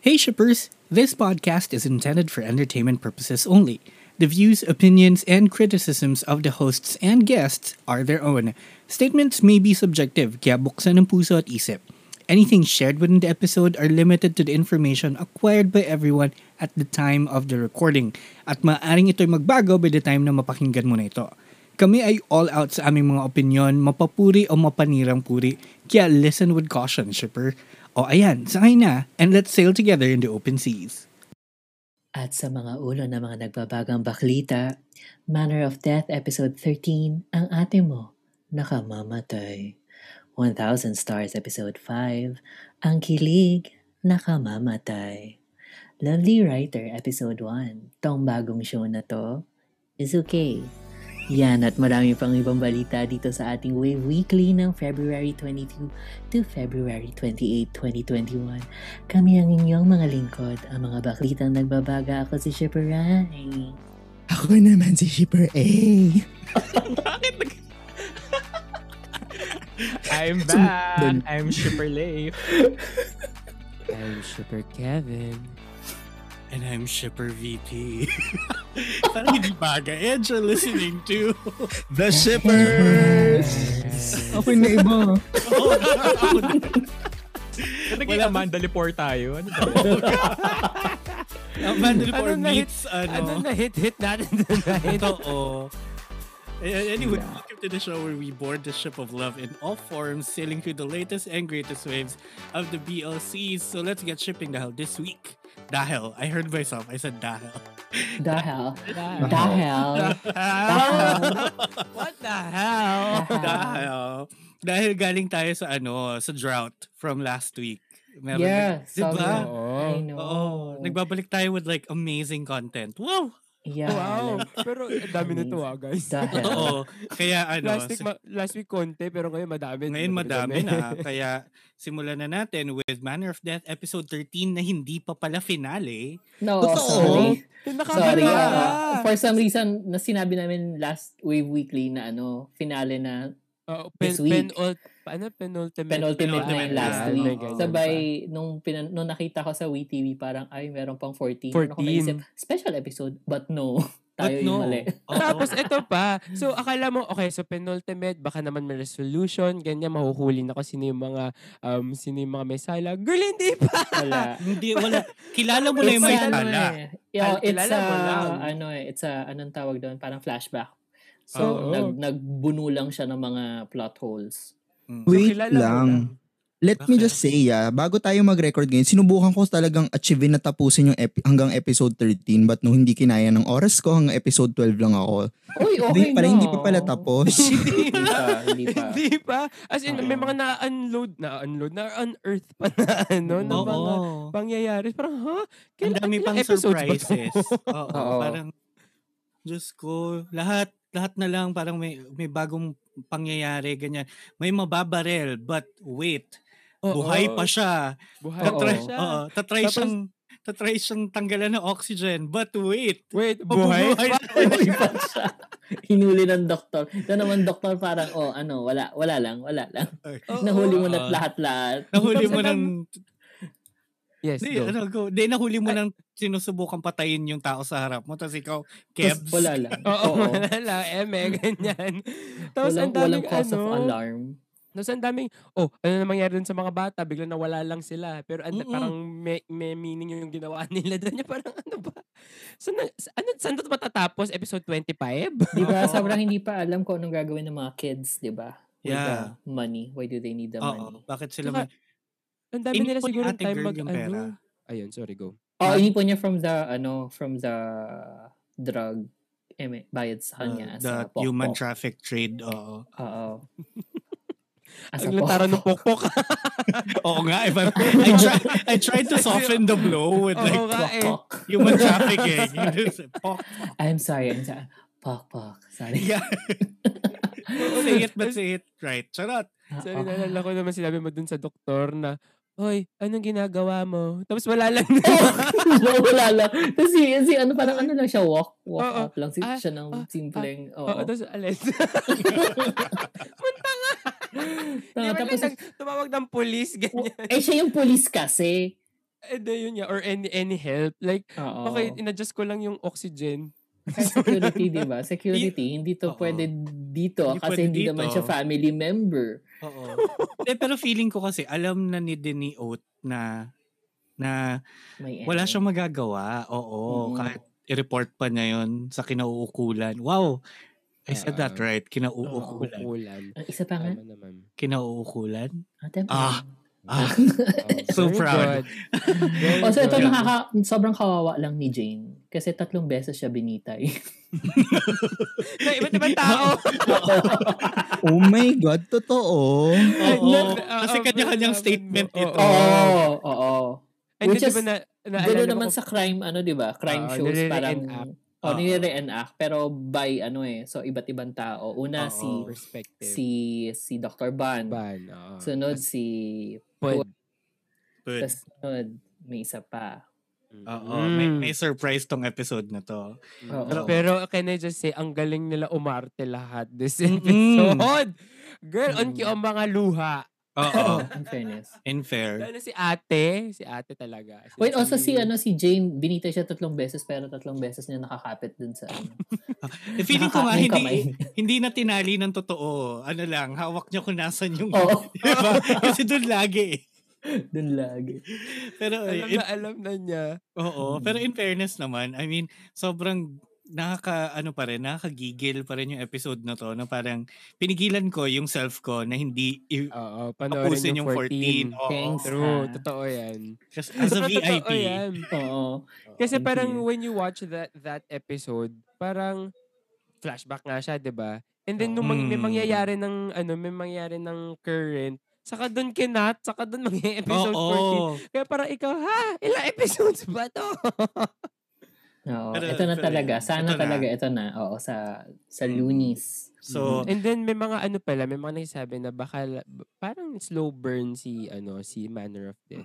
Hey shippers! This podcast is intended for entertainment purposes only. The views, opinions, and criticisms of the hosts and guests are their own. Statements may be subjective, kaya buksan ng puso at isip. Anything shared within the episode are limited to the information acquired by everyone at the time of the recording at maaaring ito'y magbago by the time na mapakinggan mo na ito. Kami ay all out sa aming mga opinion, mapapuri o mapanirang puri, kaya listen with caution, shipper. O ayan, sakay na, and let's sail together in the open seas. At sa mga ulo ng mga nagbabagang baklita, Manner of Death Episode 13, Ang Ate Mo, Nakamamatay. 1000 Stars Episode 5, Ang Kilig, Nakamamatay. Lovely Writer Episode 1, tong bagong show na to, is okay. Yan at marami pang ibang balita dito sa ating Wave Weekly ng February 22 to February 28, 2021. Kami ang inyong mga lingkod, ang mga baklitang nagbabaga ako si Shipper Rai. Ako naman si Shipper A. I'm Sum- dun. back. I'm super late. I'm Shipper Kevin. And I'm Shipper VP. Parang hindi bagay. And you're listening to... The Shippers! Ako na iba. Naging Amanda Lepore tayo. Ano ba? Ano na hit- Ano na hit-hit natin tonight? Totoo. A- Anyway, welcome to the show where we board the ship of love in all forms, sailing through the latest and greatest waves of the BLCs. So let's get shipping the hell this week. Dahil. I heard myself. I said dahil. Dahil. Dahil. What the hell? Dahil. Dahil galing tayo sa ano, sa drought from last week. Meron Yeah, Diba? I Oo. know. Oo. Nagbabalik tayo with like amazing content. Wow! yeah. Wow. Pero ang dami nito ah, guys. Dahil. Oo. Kaya ano, Last week, sig- ma- last week konti, pero ngayon madami. ngayon madami na. Kaya simulan na natin with Manner of Death episode 13 na hindi pa pala finale. No, Totoo. sorry. Sorry. Nakakalawa. ah. for some reason, na sinabi namin last Wave Weekly na ano, finale na Oh, pen, This week. pen, ult, ano, penultimate. penultimate na yung Penultimate last na, week. oo. Sabay, nung, pinan- nung nakita ko sa WeTV, parang, ay, meron pang 14. Ano ko 14. naisip, special episode, but no. Tayo But yung no. mali. Oo. Tapos ito pa. So akala mo, okay, so penultimate, baka naman may resolution, ganyan, mahuhuli na ko sino yung mga, um, sino yung mga may sala. Girl, hindi pa! Wala. Hindi, wala. Kilala mo na yung may It's ano tala. eh. Yeah, Al- it's kilala a, mo lang. ano eh, it's a, anong tawag doon, parang flashback. Oo. So, nag, nagbuno lang siya ng mga plot holes. Mm. Wait Kilala mo lang. Let me Bakit? just say, ah, bago tayo mag-record ngayon, sinubukan ko talagang achieve na tapusin yung epi- hanggang episode 13 but no, hindi kinaya ng oras ko hanggang episode 12 lang ako. Uy, okay hindi, pala, na. hindi pa pala tapos. hindi pa, hindi pa. Hindi pa. As in, Oo. may mga na-unload, na-unload, na-unearth pa na ano, na Oo. mga pangyayari. Parang, ha? Ang Kailan- dami ilang pang episodes ba to? surprises. eh. Oo, Oo. parang Diyos ko, lahat lahat na lang parang may may bagong pangyayari ganyan. May mababarel but wait, Oo. buhay pa siya. Buhay Oo. pa Tatry, siya. oo, tatry Tapos- siyang tatry siyang tanggalan ng oxygen but wait. Wait, buhay, mabubuhay Oh, pa. pa. Uy, pa siya. Hinuli ng doktor. Ito naman doktor parang, oh, ano, wala, wala lang, wala lang. Oo. Nahuli Oo. mo na lahat-lahat. Nahuli Tapos ano, mo ang ng Yes, di, go. ano go. Di nahuli mo ng sinusubukan patayin yung tao sa harap mo tapos ikaw Tapos kebs. wala lang. Oo, Oo. wala lang. Eme, ganyan. Tapos Walang, ang walang daming cause ano. of alarm. Tapos ang daming, oh, ano na mangyari dun sa mga bata? Bigla nawala lang sila. Pero ang- Mm-mm. parang may, may meaning yung ginawa nila doon. Yung Parang ano ba? Saan, na, sa- ano, saan to matatapos? Episode 25? Di Oo. ba? Sobrang hindi pa alam kung anong gagawin ng mga kids, di ba? With Yeah. the money. Why do they need the Oo, money? bakit sila Tsaka, may Ang dami Inipon nila ni siguro Ate time Girl mag, yung pera. ano. Ayun, sorry, go. Oh, inipon niya from the, ano, from the drug eme, bayad sa kanya. uh, sa the pokpok. human traffic trade. Oo. Oo. As a Ang lutaro ng pokpok. pokpok. Oo nga, if I'm- I try, I tried to soften the blow with like Oo nga eh. Pokpok. human eh. trafficking. You just say, "Pok." I'm sorry. I'm sorry. Pokpok. Sorry. Yeah. say it, but say it right. Charot. Sorry, Oo. naalala ko naman sinabi mo dun sa doktor na, Hoy, anong ginagawa mo? Tapos wala lang. no, wala lang. Tapos si, si ano, parang ano lang siya, walk, walk Oo. up lang. Si, Ah, siya ng ah, simpleng, oo. Oo, tapos alis. Tama, Tapos tapos, tumawag ng police, ganyan. eh, siya yung police kasi. And then yun nga, or any any help. Like, Oo. okay, inadjust ko lang yung oxygen. Kasi security, di ba? Security, hindi to Oo. pwede dito Hindi kasi pwede hindi dito. naman siya family member. Oo. Eh, pero feeling ko kasi, alam na ni Denny Oat na na May wala ano. siyang magagawa. Oo, Mm. kahit i-report pa niya yun sa kinauukulan. Wow! I said that Ah. right. Oo. Kinauukulan. Kukulan. Ang Ah, isa pa nga. Tama naman. Kinauukulan? Ah, tama. Ano? Ah. Ah, So very proud. good. Very O, Oh, so ito good. nakaka, sobrang kawawa lang ni Jane. Kasi tatlong beses siya binitay. Na iba't ibang tao. Oh my God, totoo. oo. Nag- ah, Kasi ah, kanya-kanyang nalaman statement mo. Oo. ito. Oo, oo. oo. And Which then, is- diba na, naalala Gano'n mo naman kung- sa crime, ano, di ba? Crime Oo, shows, nire-reenact. parang... Ah, Oo. O, nire-reenact. Pero by, ano eh, so iba't ibang tao. Una, Oo. si, perspective. si, si Dr. Ban. Ban, oo. Sunod, As- si... Pod. Good. Tapos, sunod, may isa pa. Oo, Mm. may, may surprise tong episode na to. Oo. Pero, pero can I just say, ang galing nila umarte lahat this Mm-mm. episode. Girl, on Mm. cue ang mga luha. Oo, In fairness. in fair. Lalo si ate. Si ate talaga. Si Wait, also si, ano, si Jane, binitay siya tatlong beses, pero tatlong beses niya nakakapit dun sa... ano, Eh, feeling ko nga, nakaka- yung hindi, kamay. hindi na tinali ng totoo. Ano lang, hawak niya kung nasan yung... Oo, Diba? Kasi doon lagi eh. dun lagi. Pero, eh, Alam in- na, alam na niya. oo, Mm. pero in fairness naman, I mean, sobrang nakaka ano pa rin nakakagigil pa rin yung episode na to na parang pinigilan ko yung self ko na hindi i- Oo, tapusin Ah, panoorin yung 14. Oo. Thanks. True, Ah. totoo yan. Kasi as a Sobrang VIP. Totoo yan. Oo. Kasi Thank parang you. when you watch that that episode, parang flashback nga siya, 'di ba? And then nung mang- may Mm. mangyayari ng ano, may mangyayari ng current, saka doon kinat, saka doon mga episode Oo. 14. Kaya parang ikaw, ha? Ilang episodes ba to? Oo, Pero- ito na pero talaga. yun, Sana ito na. Hmm. talaga ito na. Oo, sa sa Lunis. So, And then may mga ano pala, may mga nagsasabi na baka la- b- parang slow burn si ano si Manner of Death.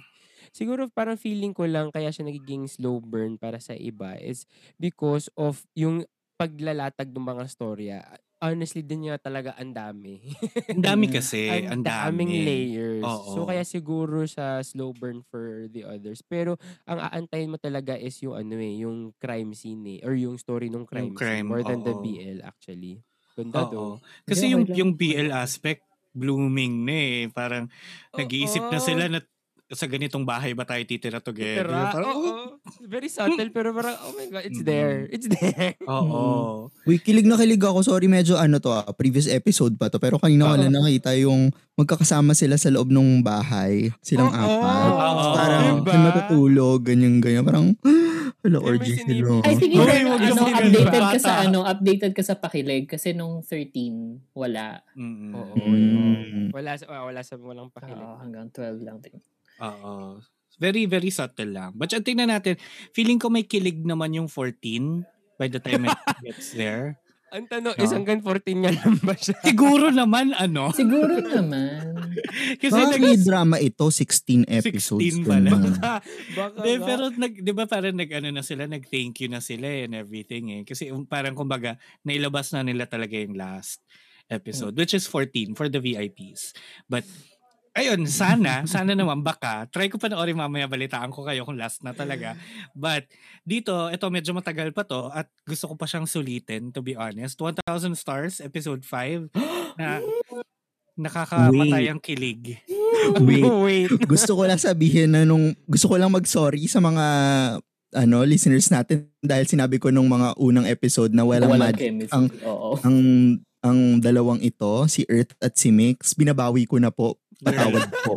Siguro parang feeling ko lang kaya siya nagiging slow burn para sa iba is because of yung paglalatag ng mga storya. Honestly, din niya talaga ang dami. ang dami kasi. ang Eh, Ang daming dami. layers. So Oo. kaya siguro sa slow burn for the others. Pero ang aantayin mo talaga is yung ano eh, yung crime scene eh, or yung story ng crime, crime, scene, more than the oo. BL actually. Ganda do. Oo. Kasi Yeah, yung, wait lang. yung BL aspect, blooming na eh. Parang nag-iisip na Oo. sila na sa ganitong bahay ba tayo titira together? Tira, Parang, oo. Very subtle, pero parang, oh my God, it's Mm-hmm. there. It's there. Oo. Uy, kilig na kilig ako. Sorry, medyo ano to ah, previous episode pa to. Pero kanina ko lang nakita yung magkakasama sila sa loob ng bahay. Oo. Silang apat. Oh. Oo. Parang Diba? diba? matutulog, ganyan-ganyan. Parang, hala, May orgy sinipin. sila. Ay, sige, Hoy, ano, wag yung ano, sinunod updated ka bata. sa ano, updated ka sa pakilig kasi nung 13 wala. Mm-mm. Oo. Mm. Wala, sa, ah, wala sa walang pakilig. Oo, hanggang 12 lang din. Oo. Very, very subtle lang. But yung tingnan natin, feeling ko may kilig naman yung 14 by the time it gets there. Ang tanong Ah. No. is hanggang 14 nga lang ba siya? Siguro naman, ano? Siguro naman. Kasi Baka may nag- drama ito, 16 16 episodes. pala. ganun. Baka Hindi, nga. pero nag, di ba parang nag, ano na sila, nag-thank you na sila and everything eh. Kasi um, parang kumbaga, nailabas na nila talaga yung last Hmm. episode, which is 14 for the VIPs. But, ayun, sana, sana naman, baka, try ko panoorin mamaya, balitaan ko kayo kung last na talaga. But, dito, ito medyo matagal pa to at gusto ko pa siyang sulitin, to be honest. 1,000 Stars, episode 5, na nakakamatay Wait. ang kilig. Wait. Wait. gusto ko lang sabihin na nung, gusto ko lang mag-sorry sa mga ano listeners natin dahil sinabi ko nung mga unang episode na walang, Walang magic chemistry. ang- Oo. ang ang dalawang ito, si Earth at si Mix, binabawi ko na po. Patawad po.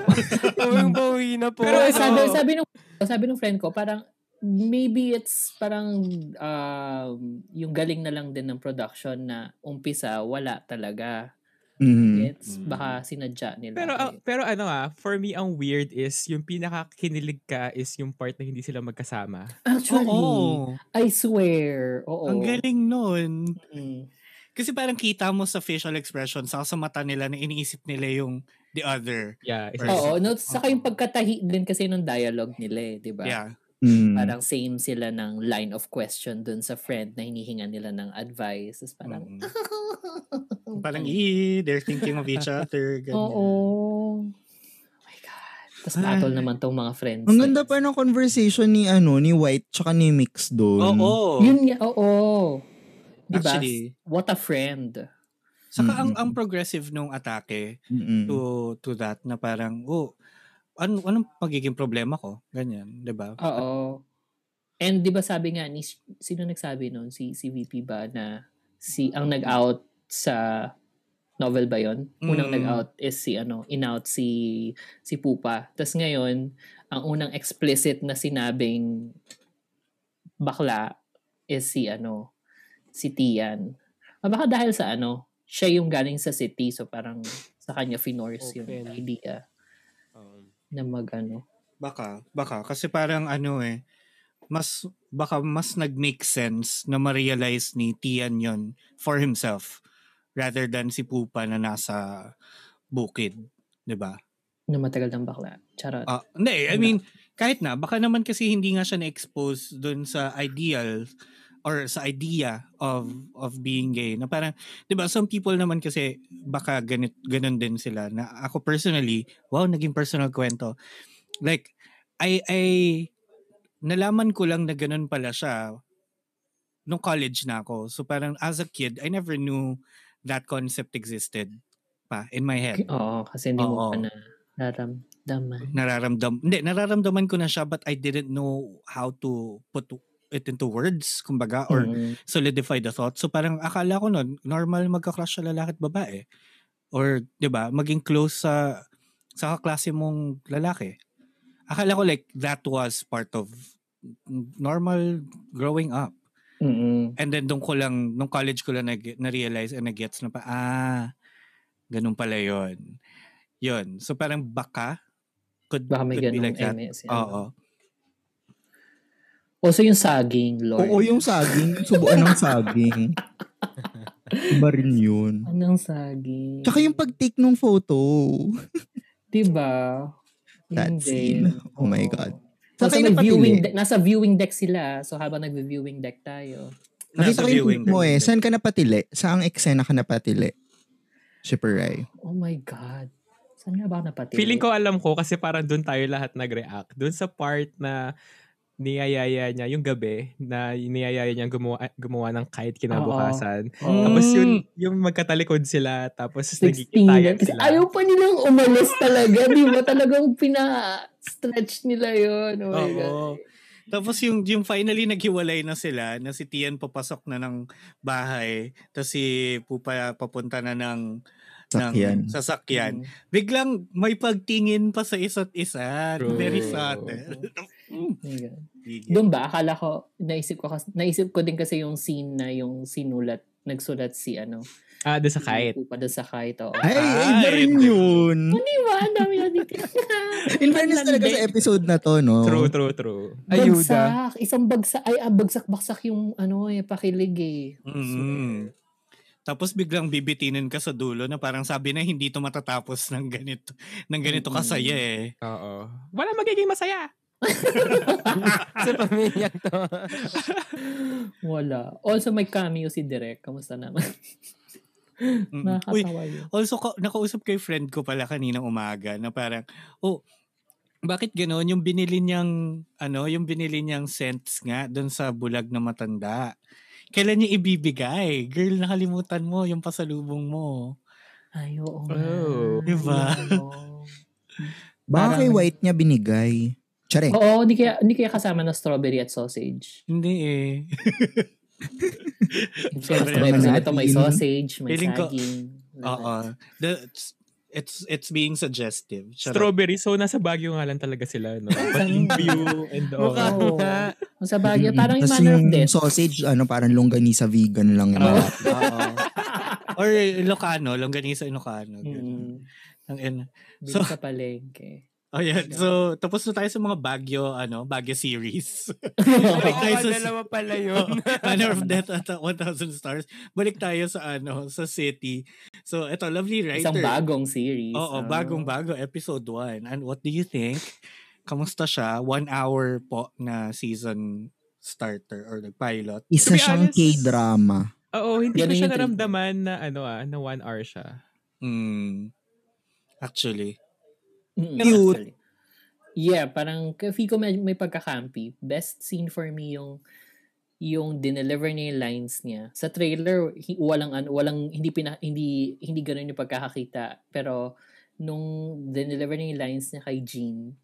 Tawang bawi na po. Pero ako. ano, sabi, sabi nung, sabi nung friend ko, parang, maybe it's parang um, yung galing na lang din ng production na umpisa wala talaga. Mhm. It's Mm. baka sinadya nila. Pero ang- pero ano ah, for me ang weird is yung pinakakinilig ka is yung part na hindi sila magkasama. Eh, Actually, Oo. I swear. Oo. Ang galing nun. Mm. Kasi parang kita mo sa facial expression, sa sa mata nila na iniisip nila yung the other. Yeah, isa- Person. Oo, no, saka yung pagkatahi din kasi ng dialogue nila eh, di ba? Yeah. Mhm. Parang same sila ng line of question dun sa friend na hinihinga nila ng advice. Tapos parang, Mm. Hmm. Parang, ee, they're thinking of each other. ganyan. oo. Oh my God. Tapos patol naman tong mga friends. eh. Ang na ganda yun. pa ng conversation ni ano ni White tsaka ni Mix doon. Oo. Yun nga, oo. Diba? Actually. What a friend. Saka ang, Mm-mm. ang progressive nung atake Mm-mm. to to that na parang, oh, ano, anong magiging problema ko? Ganyan, di ba? Oo. And 'di ba sabi nga ni sino nagsabi noon si si VP ba na si ang nag-out sa novel ba 'yon? Unang Mm. nag-out is si ano, in-out si si Pupa. Tapos ngayon, ang unang explicit na sinabing bakla is si ano, si Tian. Ah, baka dahil sa ano, siya yung galing sa city so parang sa kanya finorse yung Open. idea Um, na mag ano. Baka, baka. Kasi parang ano eh, mas, baka mas nag-make sense na ma-realize ni Tian yon for himself rather than si Pupa na nasa bukid. Di ba? na matagal ng bakla. Charot. Ah, hindi, I Wala. mean, kahit na, baka naman kasi hindi nga siya na-expose dun sa ideal or sa idea of of being gay na parang 'di ba some people naman kasi baka ganit ganun din sila na ako personally wow naging personal kwento like I I nalaman ko lang na ganun pala siya nung college na ako so parang as a kid I never knew that concept existed pa in my head Oo, kasi hindi mo Oo. pa na naramdaman. nararamdam hindi nararamdaman ko na siya but I didn't know how to put it into words kumbaga or Mm. solidify the thought so parang akala ko nun normal magka-crush sa lalaki at babae or 'di ba maging close sa sa kaklase mong lalaki akala ko like that was part of normal growing up Mm-mm. and then doon ko lang nung college ko lang nag- na-realize and nag-gets na pa ah ganun pala yon yon so parang baka could, Baka may could be ganung like that MS. yan. Oo. O, so yung saging, Lord. Oo, yung saging. Yung Subuan ng saging. Iba rin yun. Anong saging? Tsaka yung pag-take ng photo. Diba? Yun That din. scene. Oh my Oo. God. Nasa, Tsaka yung may viewing napili. deck, nasa viewing deck sila. ah. So habang nag-viewing deck tayo. Nakita Nasa ko yung viewing tweet mo room. eh. Saan ka napatili? Saang eksena ka napatili? Shipper Rai. Oh my God. Saan nga ba ako napatili? Feeling ko alam ko kasi parang doon tayo lahat nag-react. Doon sa part na niyayaya niya yung gabi na niyayaya niya gumawa, gumawa ng kahit kinabukasan. Oo. Tapos yun, yung magkatalikod sila, tapos 16 nagkikitayan Kasi sila. ayaw eh, pa nilang umalis talaga. Di ba talagang pina-stretch nila yun? Oh my God. Oo. Tapos yung, yung finally naghiwalay na sila, na si Tian papasok na ng bahay, tapos si Pupa papunta na ng, ng Sakyan. sasakyan. Biglang may pagtingin pa sa isa't isa. True. Very subtle. Oh my God. Doon ba? Akala ko, naisip ko, kas- naisip ko din kasi yung scene na yung sinulat, nagsulat si ano. Ah, doon sa kahit. Upada sa kahit, oo. Ay, ay, Ay, iba rin iba. yun. Di ba? Ang dami na dito. In fairness talaga sa episode na to, no? True, true, true. ayuda. Bagsak. Isang bagsak. Ay, ah, bagsak-baksak yung ano eh, pakilig eh. Mm. Tapos biglang bibitinin ka sa dulo na parang sabi na hindi to matatapos ng ganito ng ganito Mm-mm. kasaya eh. Oo. Wala magiging masaya. sa pamilya to. Wala. Also, may cameo si Direk. Kamusta naman? Mm-mm. Uy, Nakakatawa yun. Also, ka- nakausap ko yung friend ko pala kaninang umaga na parang, oh, bakit gano'n? Yung binili niyang, ano, yung binili niyang scents nga doon sa bulag na matanda. Kailan niya ibibigay? Girl, nakalimutan mo yung pasalubong mo. Ay, oo nga. Oh. Diba? Oo. Baka kay Parang- White niya binigay. Tsare. Oo, hindi kaya, hindi kaya kasama ng strawberry at sausage. Hindi eh. Yung fairness Sorry, na episode ano na to, may natin? sausage, may Feeling ko- saging. Oo. The, it's, it's, it's being suggestive. Charot. Strawberry. So, nasa Baguio nga lang talaga sila. No? But yung view and all. Mukha Oo. nga. Ang Diba? Sa bagay, parang yung Tas manner of death. sausage, ano, parang longganisa vegan lang. yung mga- Oo. Or Ilocano, Longganisa Ilocano. ganun. Mm. Ang ina. So, So- sa palengke. Oh, yeah. So, tapos na tayo sa mga Baguio, ano, Baguio series. Oo, tayo sa- dalawa pala yun. Manner of Death at uh, 1,000 Stars. Balik tayo sa ano, sa City. So, eto, lovely writer. Isang bagong series. eh. Oo, Ah. no? bagong-bago, episode 1. And what do you think? Kamusta siya? One hour po na season starter or the pilot. Isa To be siyang honest, K-drama. Oo, hindi Yan ko yung siya treatment. naramdaman na ano ah, na one hour siya. Hmm. Actually. Mm, Cute. actually. Yeah, parang feel ko may, may pagkakampi. Best scene for me yung yung dineliver niya yung lines niya. Sa trailer, hi- walang ano, walang hindi pina, hindi hindi ganoon yung pagkakakita. Pero nung dineliver niya yung lines niya kay Jean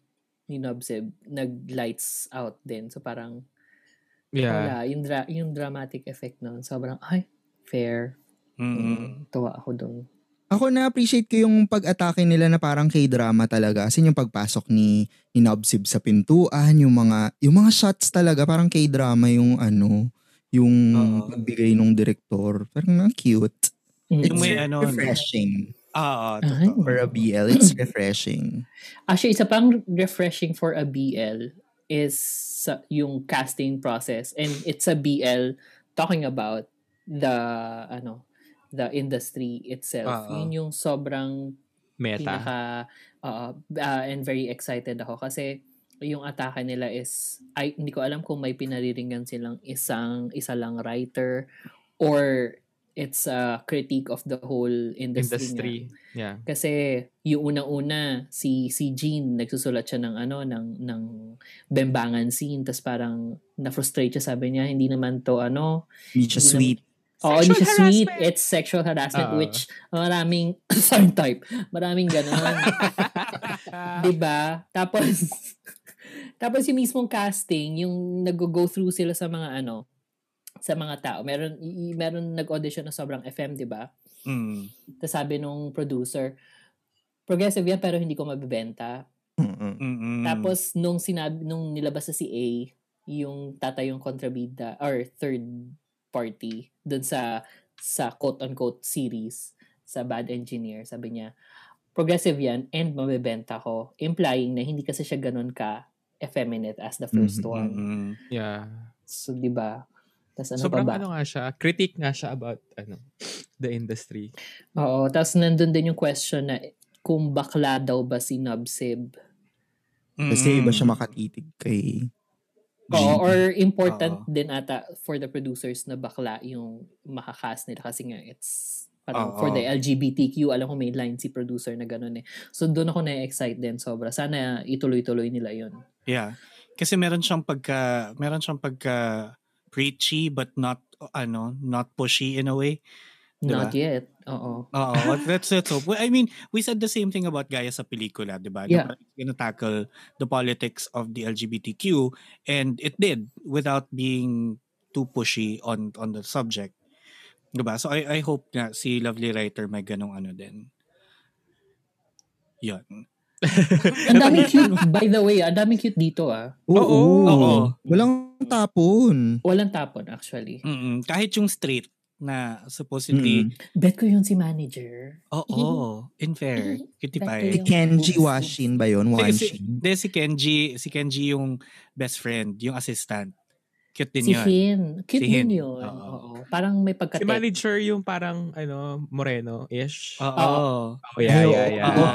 ni Nobseb, nag-lights out din. So parang Yeah. wala, yung, dra- yung dramatic effect noon. Sobrang, ay, fair. Mm. Mm, Tuwa ako doon. Ako na-appreciate ko yung pag-atake nila na parang K-drama talaga. As in, yung pagpasok ni, ni Nobsib sa pintuan, yung mga, yung mga shots talaga, parang K-drama yung ano, yung Oo. pagbigay nung director. Parang na cute. Mm. Yung may It's ano, refreshing. Ah, Ay. totoo. For a BL, it's refreshing. Actually, isa pang refreshing for a BL is sa- yung casting process. And it's a BL talking about the, ano, the industry itself. Oo. Yun yung sobrang Meta. pinaka oo, ah, and very excited ako kasi yung atake nila is ay hindi ko alam kung may pinariringan silang isang isa lang writer or it's a critique of the whole industry. Industry. Nga. Yeah. Kasi yung una-una si si Jean nagsusulat siya ng ano ng ng bembangan scene tapos parang na-frustrate siya sabi niya hindi naman to ano Hindi siya Mm-hmm. Hindi sweet. Oo, hindi siya Sexual sweet. harassment. It's sexual harassment, Oo. which maraming, sorry type, maraming ganun. Ah. diba? Tapos, tapos yung mismong casting, yung nag-go through sila sa mga ano, sa mga tao. Meron, y- y- meron nag-audition na sobrang FM, diba? Mm. Tapos sabi nung producer, progressive yan pero hindi ko mabibenta. Mm-mm. Mm-mm. Tapos nung sinabi, nung nilabas sa si A, yung tatayong kontrabida or third party dun sa sa quote-unquote series sa Bad Engineer, sabi niya, progressive yan and mabebenta ko. Implying na hindi kasi siya ganun ka effeminate as the first Mm-hmm, Mhm, one. Mm-mm. Yeah. So, di ba? Tapos ano Sobrang pa ba? ano nga siya, critique nga siya about ano the industry. Oo, tapos nandun din yung question na kung bakla daw ba si Nobsib Kasi iba Mm-mm. siya makatitig kay Oo, Jean. or important Oo. din ata for the producers na bakla yung makakas nila kasi nga it's parang for Oo. the LGBTQ, alam ko may line si producer na ganun eh. So doon ako na-excite din sobra. Sana ituloy-tuloy nila yun. Yeah. Kasi meron siyang pagka meron siyang pagka preachy but not ano, not pushy in a way. Diba? Not yet. Oo. Oo, what- that's let's hope. Well, I mean, we said the same thing about Gaya sa pelikula, 'di ba? Na Yeah. parang It's gonna tackle the politics of the LGBTQ and it did without being too pushy on on the subject. 'Di ba? So I I hope na si Lovely Writer may ganong ano din. 'Yun. Ang daming cute, by the way, ang daming cute dito ah. Oo. oo. Walang tapon. Walang tapon actually. Mm-mm. Kahit yung straight na supposedly, Mm. Bet ko yun si manager. oo, in fair, cutie Bet ko pie. Si yung Kenji boobs. Washin ba yun? Hindi, kasi- Washin. Hindi, si Kenji, si Kenji yung best friend, yung assistant. Cute din Si yun. Hin. Cute Si din Hin. Oo. yun. Oo. Parang may Si pagkatek. manager yung parang ano moreno-ish. Oo. oh yeah, yeah, Ay, oo. yeah. Oo.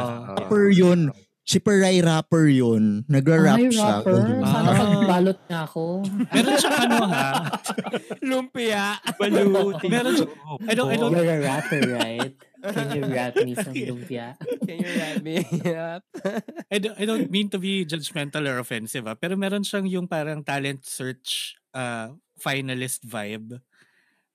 Rapper yun. Si Peray rapper yun. Nagra-rap Ay, siya. rapper. ganun. Sana Ah. pagbalot na ako. Meron siyang ano ha? Lumpia! Baluti. Meron siya- I don't, I don't, You're a rapper, right? Can you rap me some lumpia? Can you wrap me up? I don't, I don't mean to be judgmental or offensive ha, pero meron siyang yung parang talent search uh, finalist vibe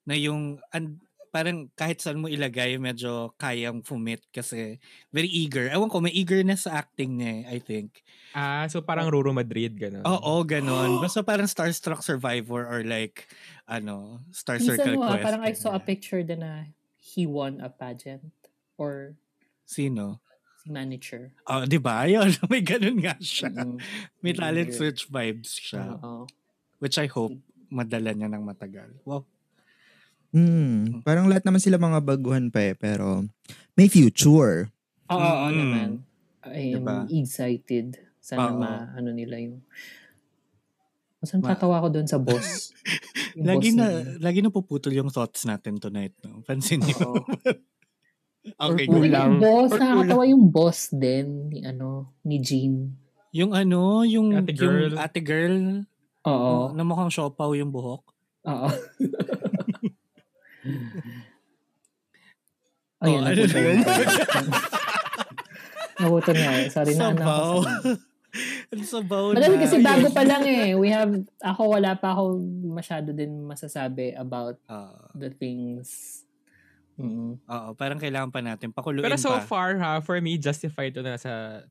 na yung and, parang kahit saan mo ilagay medyo kayang fumit kasi very eager. Ewan ko, may eagerness sa acting niya eh, I think. Ah, so parang Ruro Madrid ganun. Oo, ganun. Basta parang Starstruck Survivor or like, ano, Star Minsan Circle mo, ah, Quest. parang I saw a ganyan. picture din na he won a pageant or Sino? si manager. Oh, di ba? Yun, may ganun nga siya. Mm, May talent eager. search vibes siya. Oo. Which I hope madala niya ng matagal. Wow. Hmm. Parang lahat naman sila mga baguhan pa eh. Pero may future. Oo, oo Mm. naman. I am Diba? excited. Sana Oo. ma, ano nila yung... Masang Ma- tatawa ko doon sa boss. Yung Lagi boss na, lagi na puputol yung thoughts natin tonight. No? Pansin niyo. Oo. Okay, go. Or Yung kulang. boss, Or nakakatawa yung boss din ni ano, ni Jean. Yung ano, yung Ate yung girl. ate girl Oo. na mukhang siopaw yung buhok. Oo. Oh, Ayun, ano nabuto na yun? na. Nabuto na. eh. Sorry na. Sabaw. Ang sabaw Madami na. kasi bago pa lang eh. We have, ako wala pa ako masyado din masasabi about Ah, the things. Mm. Oo, parang kailangan pa natin. Pakuluin Pero so pa. far ha, for me, justified to na nasa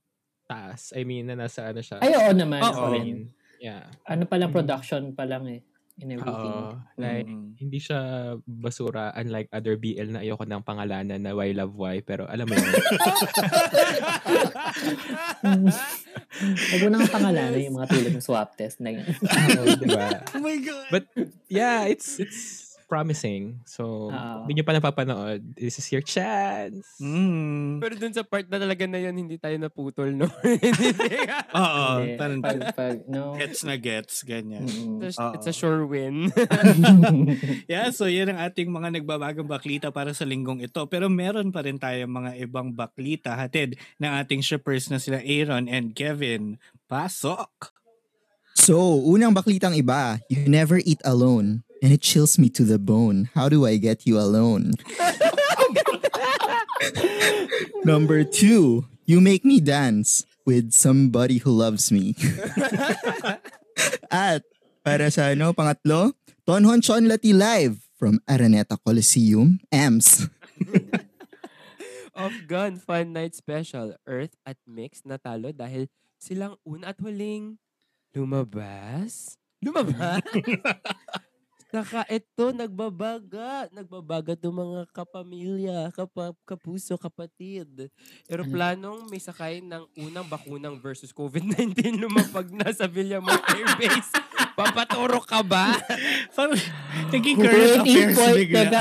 taas. I mean, na nasa ano siya. Ay, oo naman. Oo. ako I rin. mean, Yeah. Ano pa lang, Mm. production pa lang eh. In everything. Oo. Like, Mm. hindi siya basura unlike other BL na ayoko ng pangalanan na Why Love Why pero alam mo yun. Huwag mo nang pangalanan yung mga tulad ng swap test na yun. Oo, diba? Oh my God. But yeah, it's it's promising. So, Oo. hindi nyo pa napapanood. This is your chance. Mm. Pero dun sa part na talaga na yun, hindi tayo naputol, no? Oo, Hindi. Ah, parang pag, pag, no. gets na gets, ganyan. Mm. It's a- it's a Oo. sure win. Mm-hmm. Yeah, so yan ang ating mga nagbabagang baklita para sa linggong ito. Pero meron pa rin tayong mga ibang baklita hatid ng ating shippers na sila Aaron and Kevin. Pasok! So, unang baklitang iba, you never eat alone and it chills me to the bone. How do I get you alone? Number two, you make me dance with somebody who loves me. At para sa ano, pangatlo, Tonhon Chonlati Live from Araneta Coliseum, EMS. Off Gun Fun Night Special, Earth at Mix natalo dahil silang una at huling lumabas. Lumabas? Saka ito, nagbabaga. Nagbabaga to mga kapamilya, kapa, kapuso, kapatid. Ano? Eroplanong may sakay ng unang bakunang versus COVID-19 lumapag na sa Villamor Air Base. Papaturo ka ba? Parang naging current Wait, affairs i-point, bigla. teka,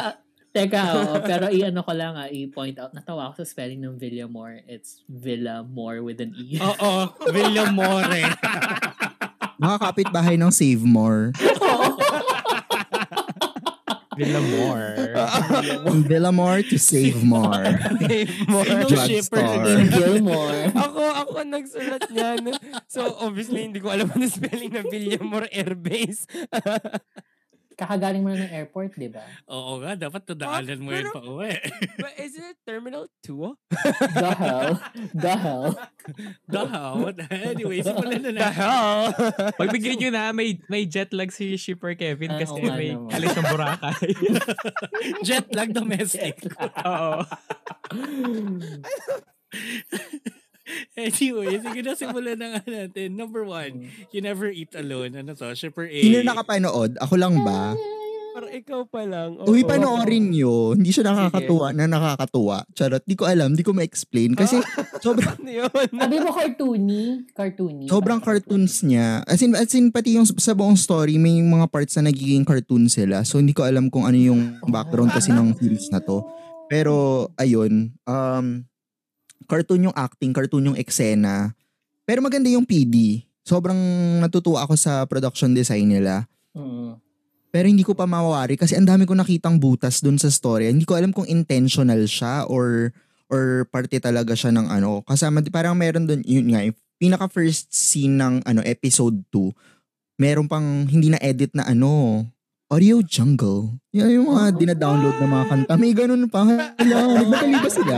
teka, oo, pero i-ano ko lang ah, i-point out, natawa ako sa spelling ng Villamore, it's Villamore with an E. Oo, William More. Mga kapitbahay ng Save More. Villamore. From Villamore to Save More. Dave Moore. Sinong shipper na Drugstore. ganyan? Gilmore. ako, ako ang nagsulat niyan. So, obviously, hindi ko alam ang spelling ng Villamor Air Base. Kakagaling mo na ng airport, di ba? Oo nga, dapat tadaanan mo yun Pero- pa uwi. But is it Terminal 2? The hell? The hell? Dahaw. Anyway, simulan na The natin. hell? Pagbigyan nyo na, may, may jet lag si Shipper Kevin Ah, kasi oo nga may naman. kalis ng Boracay. Jet lag domestic. Oo. Ano Eh, Anyway, sige na simulan na nga natin. Number one, you never eat alone. Ano to? Shipper A. Sino nakapanood? Ako lang ba? Parang ikaw pa lang. Oo. Uy, panoorin nyo. Hindi siya nakakatuwa na nakakatuwa. Charot, di ko alam, di ko ma-explain. Kasi sobrang, Ano yun? Sabi mo cartoony? Cartoony. sobrang cartoons niya. As in, as in, pati yung sa buong story, may mga parts na nagiging cartoon sila. So, hindi ko alam kung ano yung background kasi ng films na to. Pero, ayun, um, cartoon yung acting, cartoon yung eksena. Pero maganda yung PD. Sobrang natutuwa ako sa production design nila. Mm. Pero hindi ko pa mawawari kasi ang dami ko nakitang butas dun sa story. Hindi ko alam kung intentional siya or or parte talaga siya ng ano. Kasama parang meron dun yun nga yung pinaka first scene ng ano episode 2. Meron pang hindi na edit na ano Audio Jungle. Yan yung mga dinadownload na mga kanta. May ganun pa. Hala, nagmadali ba sila?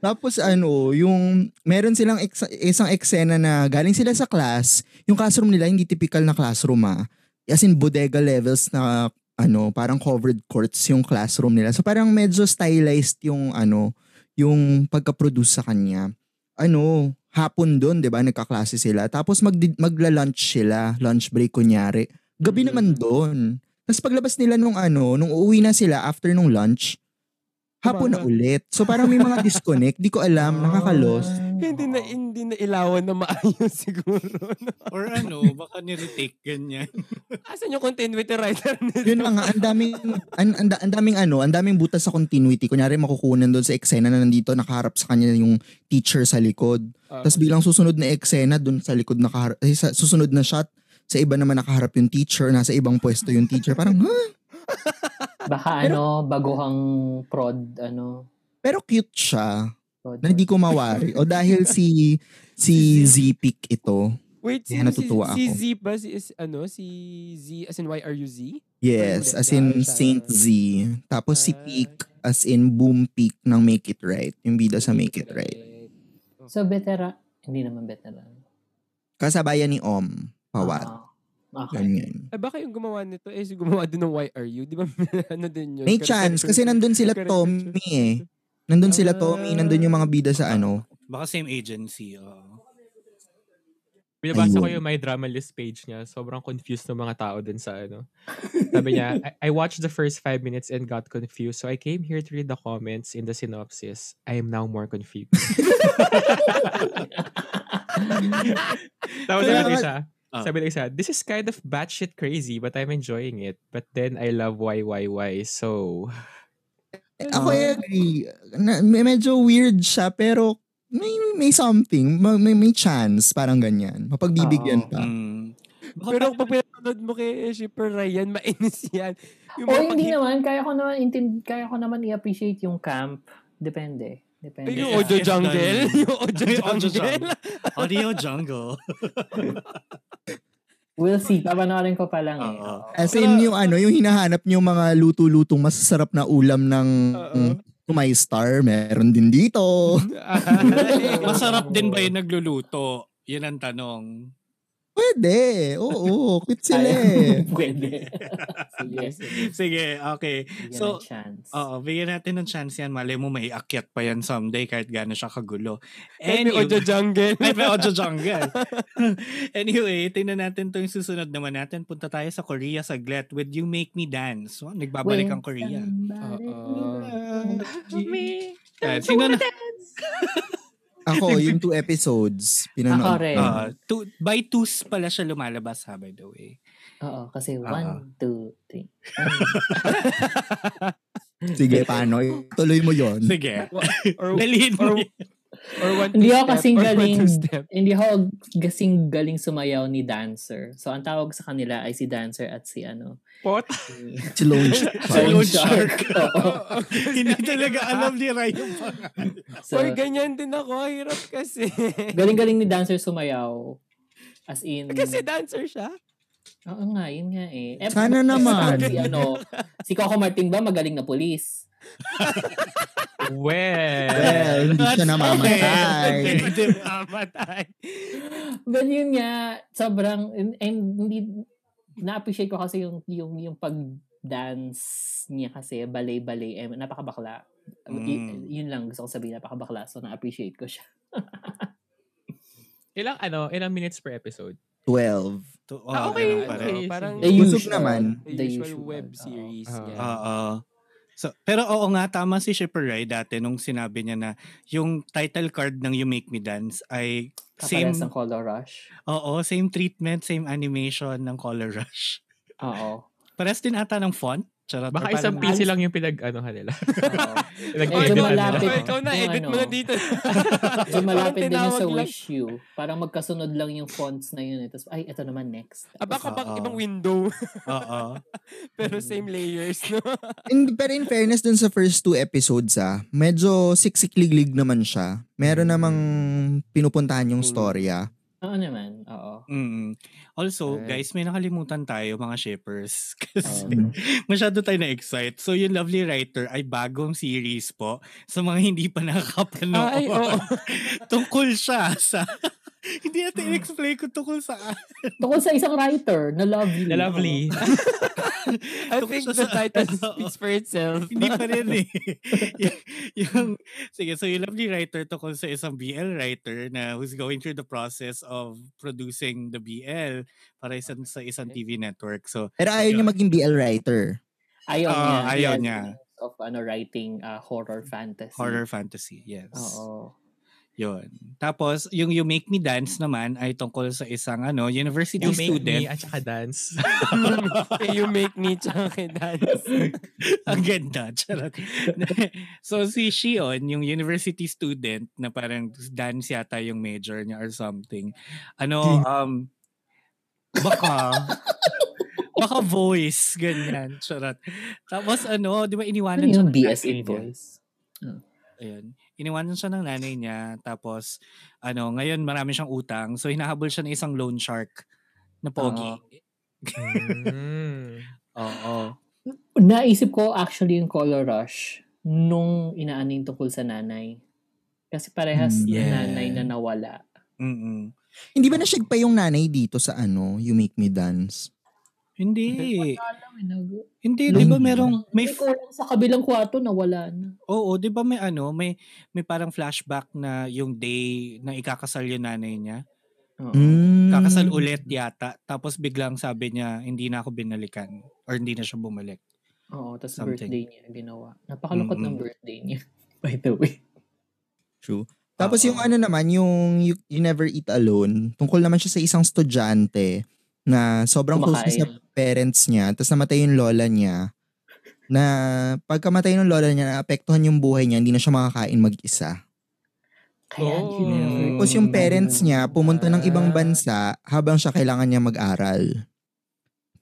Tapos ano, yung meron silang ex- isang eksena na galing sila sa class, yung classroom nila hindi typical na classroom ah. As in bodega levels na ano, parang covered courts yung classroom nila. So parang medyo stylized yung ano, yung pagka-produce sa kanya. Ano, hapon doon, 'di ba? Nagkaklase sila. Tapos mag magla-lunch sila, lunch break kunyari. Gabi naman doon. Tapos paglabas nila nung ano, nung uuwi na sila after nung lunch, hapon na ulit. So parang may mga disconnect, di ko alam, Ah. nakakalos. hindi na hindi na ilawan na maayos siguro. No? Or ano, baka niretake ganyan. Asan yung continuity writer nito? Yun na nga, ang daming, ang, ang, ang daming ano, ang daming butas sa continuity. Kunyari makukunan doon sa eksena na nandito, nakaharap sa kanya yung teacher sa likod. Ah. Tapos bilang susunod na eksena, doon sa likod nakaharap, eh, sa susunod na shot, sa iba naman nakaharap yung teacher, nasa ibang pwesto yung teacher. Parang, ha? Baka ano, baguhang prod, ano, Pero cute siya. prod. Na hindi ko mawari. O dahil si, si Zipik ito. Wait, si, Kaya natutuwa si, si ako. Z ba? Si, is, ano? Si Z, as in, why are you Z? Yes, Ay, as in wala siya. Saint Z. Tapos Oh, si Ah. Peak, as in Boom Peak ng Make It Right. Yung bida sa Make It Right. So, veteran, Hindi naman bet na lang. Kasabayan ni Om. Pawat. Ah, okay. Ganyan. Ay, eh, baka yung gumawa nito is gumawa din ng Why Are You? Di ba? ano din yun? May chance kasi nandun sila Correct. Tommy eh. Nandun sila Tommy, nandun yung mga bida sa ano. Baka same agency. oo. Binabasa ko Ayun. yung my drama list page niya. Sobrang confused ng mga tao dun sa ano. Sabi niya, I, I watched the first five minutes and got confused. So I came here to read the comments in the synopsis. I am now more confused. Tapos sabi Kaya niya nga- isa, Ah. sabi niya isa, this is kind of batshit crazy but I'm enjoying it. But then I love why, why, why. So, Eh, Ako I agree. Na, me- medyo weird siya pero may may something, Ma- may, may chance, parang ganyan. Mapagbibigyan Oo. pa. Mm. Baka Pero parang- pag pinapanood mo kay Shipper Ryan, mainis yan. Yung O mga hindi pag- naman, kaya ko naman, intin- kaya ko naman i-appreciate yung camp. Depende. Ay, Depende. yung Yes, Ojo yes, Jungle. darling. Yung Ojo Yung Ojo Jungle. Audio Jungle. We'll see. Papanoorin ko pa lang eh. Oo. Oo. As in yung ano, yung hinahanap niyo mga luto-lutong masasarap na ulam ng Oo. Mm-hmm. mm, Tumay Star, meron din dito. Ay. Masarap din ba yung nagluluto? Yan ang tanong. Pwede. Oo, cute sila eh. Pwede. Sige. Sige, okay. Bigyan So, ng chance. Oo, bigyan natin ng chance yan. Malay mo, may akyat pa yan someday kahit gano'n siya kagulo. Ay, may Ojo Jungle. Ay, may Ojo Jungle. anyway, tingnan natin itong susunod naman natin. Punta tayo sa Korea saglit with You Make Me Dance. Wow, nagbabalik ang Korea. Ayan, Eh, sino na? Ako, yung two episodes, Ako pinanood. rin. ko. Ah, two, by twos pala siya lumalabas ha, by the way. Oo, kasi Ah, ah. one, two, three. Ano? Sige, paano? Eh, Tuloy mo yon. Sige. Or, Dalhin mo. or, yan. or one Hindi two ako step, kasing or one galing. two step. Hindi ako gasing galing sumayaw ni dancer. So, ang tawag sa kanila ay si dancer at si ano. pot. si- Si Lone Sa Shark. loan shark. Oo. Hindi talaga alam ni Ray yung mga. So, Or ganyan din ako. Hirap kasi. galing-galing ni dancer sumayaw. As in... kasi dancer siya. Oo nga, yun nga eh. Eh, Sana bakit naman. Si, ano, si Coco Martin ba magaling na polis? Well. Well, hindi siya namamatay. Hindi, Hindi namamatay. But yun nga, sobrang, and, and hindi, na-appreciate ko kasi yung, yung, yung pag-dance niya kasi, balay-balay, eh, napakabakla. Mm. Y- yun lang gusto ko sabihin, napakabakla. So, na-appreciate ko siya. Ilang ano, ilang minutes per episode? 12. To- oh, Ah, okay, ganun pa rin. okay. Parang The Busog usual. naman. the usual web oo. series. Oo. yan. Oo. So, pero oo nga, tama si Shipper Ray dati nung sinabi niya na yung title card ng You Make Me Dance ay same, Kapares ng Color Rush. oo, same treatment, same animation ng Color Rush. Oo. Pares din ata ng font. Charot, or Baka isang parang- PC lang yung pinag ano nila. Oo. Pinag-edit Medyo na nila. malapit. Ikaw, ikaw na, Yung edit mo ano. na dito. So, malapit din yun Parang sa tinawag lang. Wish You. Parang magkasunod lang yung fonts na yun. eh. Tapos, ay, ito naman next. Aba, Oo. kapag Ah, ibang window, Oo. pero same layers, no? In, pero in fairness dun sa first two episodes ah, medyo siksikliglig naman siya. Meron namang pinupuntahan yung story ah. Oo naman, oo. Mm. Also, Alright. guys, may nakalimutan tayo mga shippers kasi Um, masyado tayo na-excite. So, yung Lovely Writer ay bagong series po sa mga hindi pa nakakapanood. Ay, oo. tungkol siya sa... hindi Mm. natin in-explain kung tungkol saan. Tungkol sa isang writer na lovely. The lovely. I think the title speaks for itself. Hindi pa rin eh. Y- yung, sige, so yung lovely writer tungkol sa isang BL writer na who's going through the process of producing the BL para isang, sa isang TV network. So, Pero ayaw niya maging BL writer. Ayaw Oo, niya. Ah, ayaw Yes, niya. Of ano, writing ah, horror fantasy. horror fantasy, yes. Oo. Yun. Tapos, yung You Make Me Dance naman ay tungkol sa isang ano, university You make me student. at saka dance. Kay you make me tsaka kay dance. Ang ganda. Charot. so, si Shion, yung university student na parang dance yata yung major niya or something. Ano, um, baka, baka voice, ganyan. Charot. Tapos ano, di ba Ano iniwanan siya yung ng BS nanay in niya? voice? Ayun. Iniwanan siya ng nanay niya. Tapos, ano, ngayon marami siyang utang. So, hinahabol siya ng isang loan shark na Ah. pogi. Mm. Oo. Naisip ko actually yung Color Rush nung inaaning tungkol sa nanay. Kasi parehas Mm, yung yeah. nanay na nawala. Mm-mm. Hindi ba na-shake pa yung nanay dito sa ano, You Make Me Dance? Alam Hindi. eh, mo, nag- Hindi, Nung- di ba merong, may, may kulang sa kabilang kwarto na wala na. oo, di ba may ano, may, may parang flashback na yung day na ikakasal yung nanay niya. Hmm. Mm. Kakasal ulit yata. Tapos biglang sabi niya, hindi na ako binalikan. Or hindi na siya bumalik. Oo, tapos Something. Hmm. birthday niya ginawa. Napakalungkot ng Mm-mm. birthday niya. By the way. True. Tapos Oo. yung ano naman, yung you, You Never Eat Alone, tungkol naman siya sa isang estudyante na sobrang close niya sa Kumakain. parents niya, tapos namatay yung lola niya, na pagkamatay ng lola niya, naapektuhan yung buhay niya, hindi na siya makakain mag-isa. Kaya Oh. Oo. you never Tapos yung parents niya, pumunta ng ibang bansa habang siya kailangan niya mag-aral.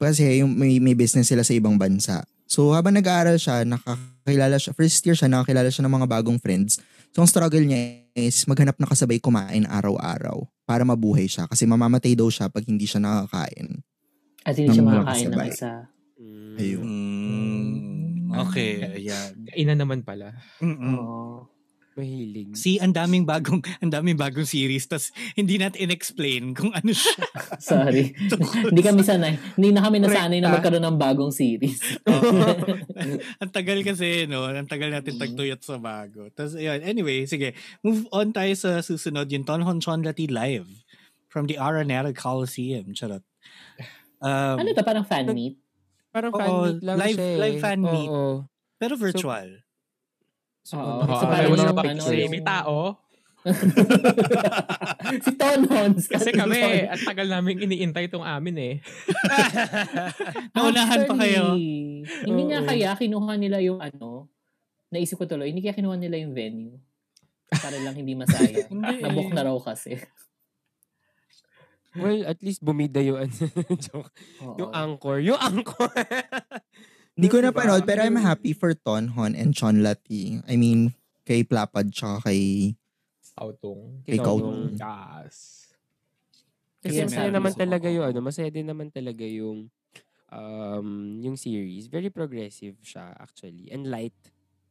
Kasi yung, may, may business sila sa ibang bansa. So habang nag-aaral siya, nakakilala siya, first year siya, nakakilala siya ng mga bagong friends. So ang struggle niya is maghanap na kasabay kumain araw-araw para mabuhay siya. Kasi mamamatay daw siya pag hindi siya nakakain. At hindi siya Nang makakain ng magkasabay. isa. Mm. Ayun. Mm, Hmm, okay, ayan. Oh. Ina naman pala. Mm-mm. Oo. Mm. Mahilig. See, ang daming bagong, ang daming bagong series. Tapos hindi natin in-explain kung ano siya. Sorry. Tungkol Hindi kami sa- sanay. Hindi na kami nasanay na Correct, ah. magkaroon ng bagong series. Oo. ang tagal kasi, no? Ang tagal natin tagtuyot sa bago. Tapos, ayun. Anyway, sige. Move on tayo sa susunod. Yung Tonhon Chonlati Live from the Araneta Coliseum. Charot. Um, Ano to? Parang fan meet? Parang Oo, fan meet lang live- siya eh. live fan Oo, meet. oo. Pero virtual. So, Oo. nakita- Sa Oo, parang I was yung about to ano, say, yung- May tao. si Tonhons. Kasi kami, at tagal namin iniintay itong amin eh. Naunahan pa kayo. Actually, Hindi nga kaya kinuha nila yung ano, naisip ko tuloy, hindi kaya kinuha nila yung venue. Para lang hindi masaya. Hindi. eh. Nabok na raw kasi. well, at least bumida yung ano, joke. Oo. Yung ah, anchor. Yung anchor! Hindi ko napanood, diba? pero I'm happy for Tonhon and Chon Lati. I mean, kay Plapad tsaka kay, Outong. kay Ikaw, Kautong. Yes. Kasi Kasi masaya meron naman gusto ko. talaga yung ano, masaya din naman talaga yung um, yung series. Very progressive siya actually and light.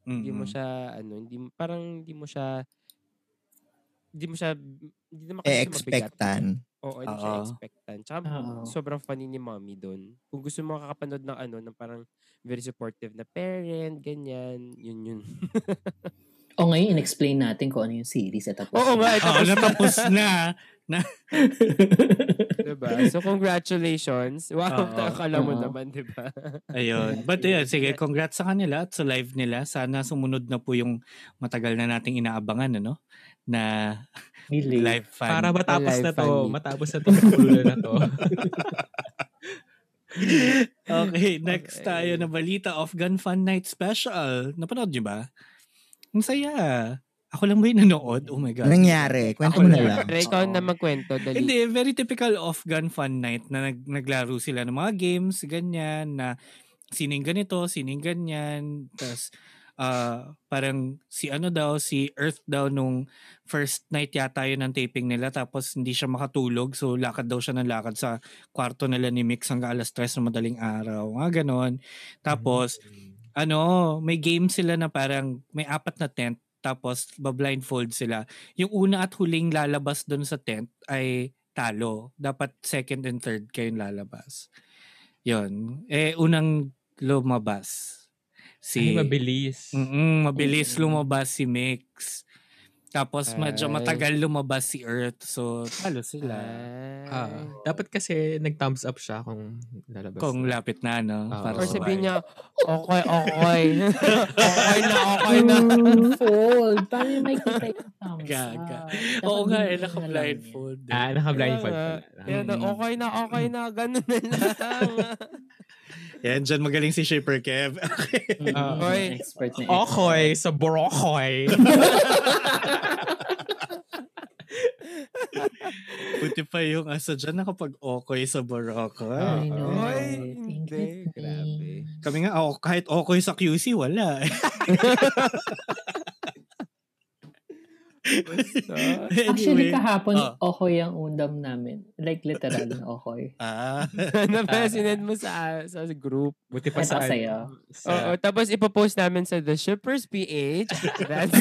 Hindi mo Mm-mm. siya ano, hindi mo- parang hindi mo siya hindi mo siya hindi naman kasi Eh, siya mabigat. expectan. Oo, hindi mo siya Oo. expectan. Tsaka ah, Oo. sobrang funny ni mommy doon. Kung gusto mo kakapanood ng ano, ng parang very supportive na parent, ganyan, yun yun. O ngayon, in-explain natin kung ano yung series. Ito po. Oo nga, eh, Oo, tapos Ah, na. natapos na. diba? So congratulations. Wow, Oo. nakakala mo Oo. naman, diba? Ayun. But ayun, sige, congrats sa kanila at sa live nila. Sana sumunod na po yung matagal na nating inaabangan, ano? Na Really? live fan. Para matapos Alive na to. fan meet. Matapos na to. Nakulunan na to. okay, next Okay. tayo na balita. Afghan Fun Night Special. Napanood niyo ba? Ang saya. Ako lang ba yung nanood? Oh my God. Anong nangyari? Ako Kwento mo na na. lang. Try ikaw Oo. na magkwento, dali. Hindi, very typical Afghan Fun Night na nag- naglaro sila ng mga games, ganyan, na sining ganito, sining ganyan. Tapos, ah, parang si ano daw, si Earth daw nung first night yata yun ng taping nila. Tapos hindi siya makatulog. So lakad daw siya ng lakad sa kwarto nila ni Mix hanggang alas 3 ng madaling araw. Mga ganon. Tapos, ano, may game sila na parang may apat na tent tapos ba-blindfold sila. Yung una at huling lalabas doon sa tent ay talo. Dapat second and third kayong lalabas. Yun. Eh, unang lumabas. Si, Ay, mabilis. Mm-mm, mabilis Mm. lumabas si Mix. Tapos medyo Ay. matagal lumabas si Earth. So, talo sila. Ah. Ah, dapat kasi nag-thumbs up siya kung lalabas. Kung na. lapit na, no? Oo. Or sa bahay. sabihin niya, okay, okay. okay na, okay na. Fold. Paano yung may kita yung thumbs Gaga. up? Oo Dapat nga, hindi mo eh, alam yan. naka-blindfold. eh. Ah, naka-blindfold Kaya pala. nga. Kaya na, Mm. okay na, okay na, ganun na lang. Yan, dyan magaling si Shipper Kev. Okay. Mm, Ah, oy. Expert na expert. Okay, sa Borokoy. Buti pa yung asa dyan nakapag-okoy sa Boracay. Ah. I know. Ay, Thank hindi. you. Grabe. Kami nga, ako, kahit okoy sa QC, wala. Basta. Actually, Anyway. kahapon, Ah. okoy ang undam namin. Like, literal na okoy. Ah. Ano ba, sinend mo sa, sa group. Buti pa Eto sa... sa'yo. sa- Oo, tapos ipopost namin sa The Shippers PH. That's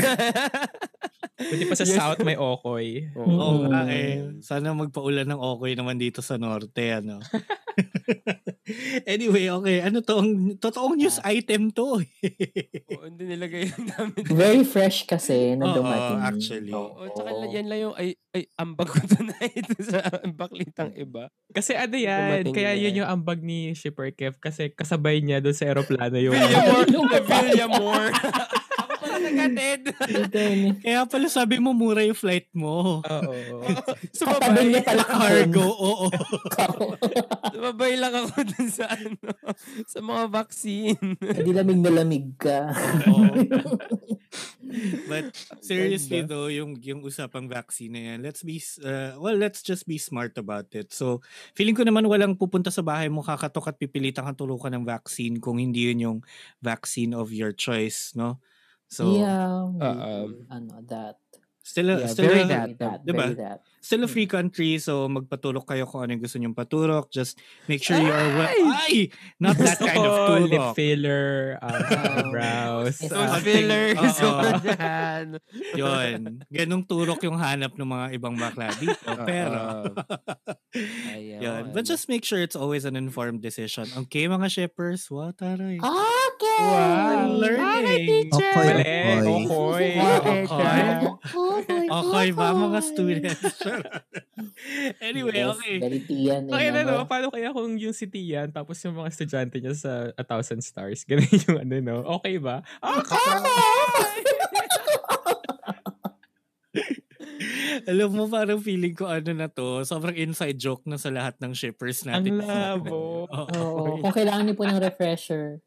Buti pa sa Yes. South may Okoy. Oo Mm. nga eh. Sana magpaulan ng okay naman dito sa norte, ano. anyway, okay. Ano to? Ang totoong news Ah. item to. eh. Oo, hindi nilagay lang namin. Very fresh kasi na Oo, dumating. Ah, actually. Oo, tsaka la- yan lang yung, ay, ay, ambag ko tonight sa baklitang iba. Kasi ano yan, Dumating kaya na yun yan. yung ambag ni Shipper Kev kasi kasabay niya doon sa aeroplano yung... Villamore! Lupa The pa. Villamore! Ako pala nagatid! Dito ni Kaya pala sabi mo mura yung flight mo. Oo. Katabi niya Sumabay, pala Cargo, oo. Cargo. sumabay lang ako dun sa ano, sa mga vaccine. Hindi lamig na lamig ka. Oo. But seriously though, yung yung usapang vaccine na yan, let's be s- uh, well, let's just be smart about it. So, feeling ko naman walang pupunta sa bahay mo kakatok at pipilitan kang tulukan ng vaccine kung hindi yun yung vaccine of your choice, no? So, yeah. we Ah, um, will, ano, that. still a, Yeah, still very a- that, Very that. diba? Very that. still a free country, so magpatulok kayo kung ano yung gusto nyong patulok. Just make sure you are well. Ay! Not that Gusto kind ko, of lip tulok. filler, um, eyebrows. Yes. ah, Nose something- filler, oo. so dyan. Yun. Ganong turok yung hanap ng mga ibang bakla dito. Pero, Ayaw, yun. But just make sure it's always an informed decision. Okay, mga shippers, what taray. Okay. Wow, Oh learning. Okay, Mali, okay. Okoy. Okay, Okoy. Okay ba, mga students? anyway, Yes, okay. Galiti yan. eh, Okay na ano. no, paano kaya kung yung si Tian tapos yung mga estudyante niya sa A Thousand Stars, ganun yung ano no, okay ba? Alam mo, parang feeling ko ano na to, sobrang inside joke na sa lahat ng shippers Ang natin. labo. Oo. Oo, kung kailangan niyo po ng refresher,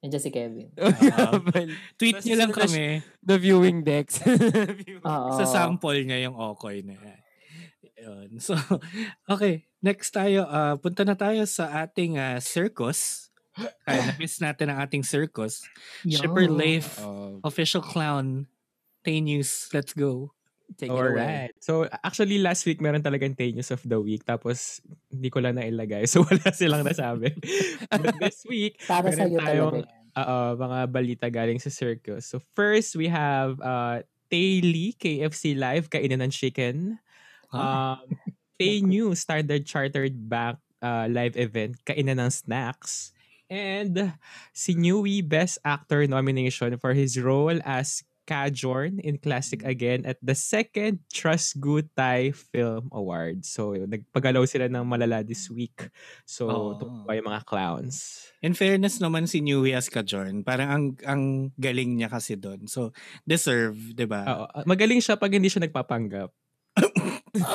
nandiyan si Kevin. Um, Tweet niyo lang kami The viewing decks. Ah, Oo. Ah. sa sample niya yung okoy na yan. Yun. So, okay. Next tayo, ah, punta na tayo sa ating ah, circus. Kaya na-miss natin ang ating circus. Shipper Leif, official clown, Tay News, let's go. Take it away. Alright. So, actually, last week, meron talagang 10 news of the week. Tapos, hindi ko lang nailagay. So, wala silang nasabi. But this week, Para sa Meron iyo talaga. tayong- Oo, mga balita galing sa circus. So first, we have uh, Tay Lee, KFC Live, Kainan ng Chicken. Ah. Um, Tay New, Standard Chartered Bank uh, live event, Kainan ng Snacks. And si Newy, Best Actor nomination for his role as Kajorn in Classic Again at the second Trust Good Thai Film Award. So, yun, nagpagalaw sila ng malala this week. So, Oh. tungkol yung mga clowns. In fairness naman si Newy as ka Jorn, parang ang ang galing niya kasi doon. So, deserve, 'di ba? Oo. Ah, Magaling siya pag hindi siya nagpapanggap.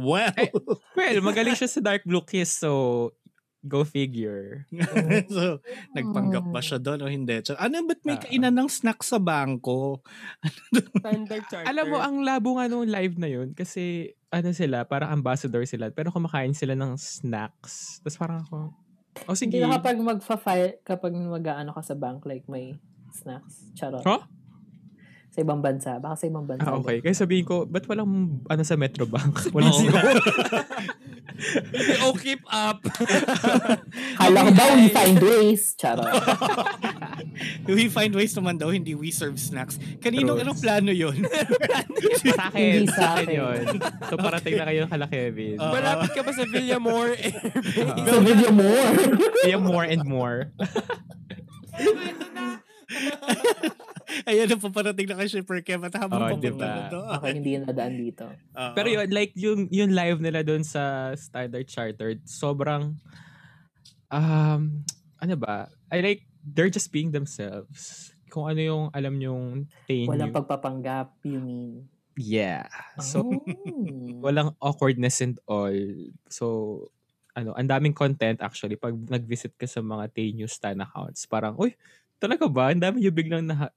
Wow. Eh. Well, magaling siya sa Dark Blue Kiss, so go figure. so, nagpanggap ba siya doon o hindi? So, ano ba't may Ah. kainan ng snack sa bangko? Standard charter. Alam mo, ang labo nga nung live na yun kasi ano sila, parang ambassador sila, pero kumakain sila ng snacks. Tapos parang ako, oh Hindi sige. na kapag magfa-file, kapag mag-ano ka sa bank, like may snacks. Charot. Huh? Sa ibang bansa. Baka sa ibang bansa. Ah, okay. Kaya sabihin ko, ba't walang ano sa Metro Bank? Oo. Walang siguro. oh, keep up. Kala ko ba we find ways? Charot. We find ways naman daw, hindi we serve snacks. Kanino, True. anong plano yun? sa akin. Hindi sa Sa akin akin. yun. So parating na kayo kala Kevin. Oo. Malapit ka pa sa Villamore Airbase. so give you more. Kaya more and more. Ayan na paparating na kay Shipper Kev at habang Oo, papunta diba? na to. Okay, hindi yun nadaan dito. Oo. Pero yun, like yung yung live nila doon sa Standard Chartered, sobrang um ano ba? I like they're just being themselves. Kung ano yung alam yung pain Walang yung- pagpapanggap, you mean. Yeah. So Oh. walang awkwardness and all. So ano, ang daming content actually pag nag-visit ka sa mga Tay News stan accounts. Parang, uy, talaga ba? Ang dami yung biglang na,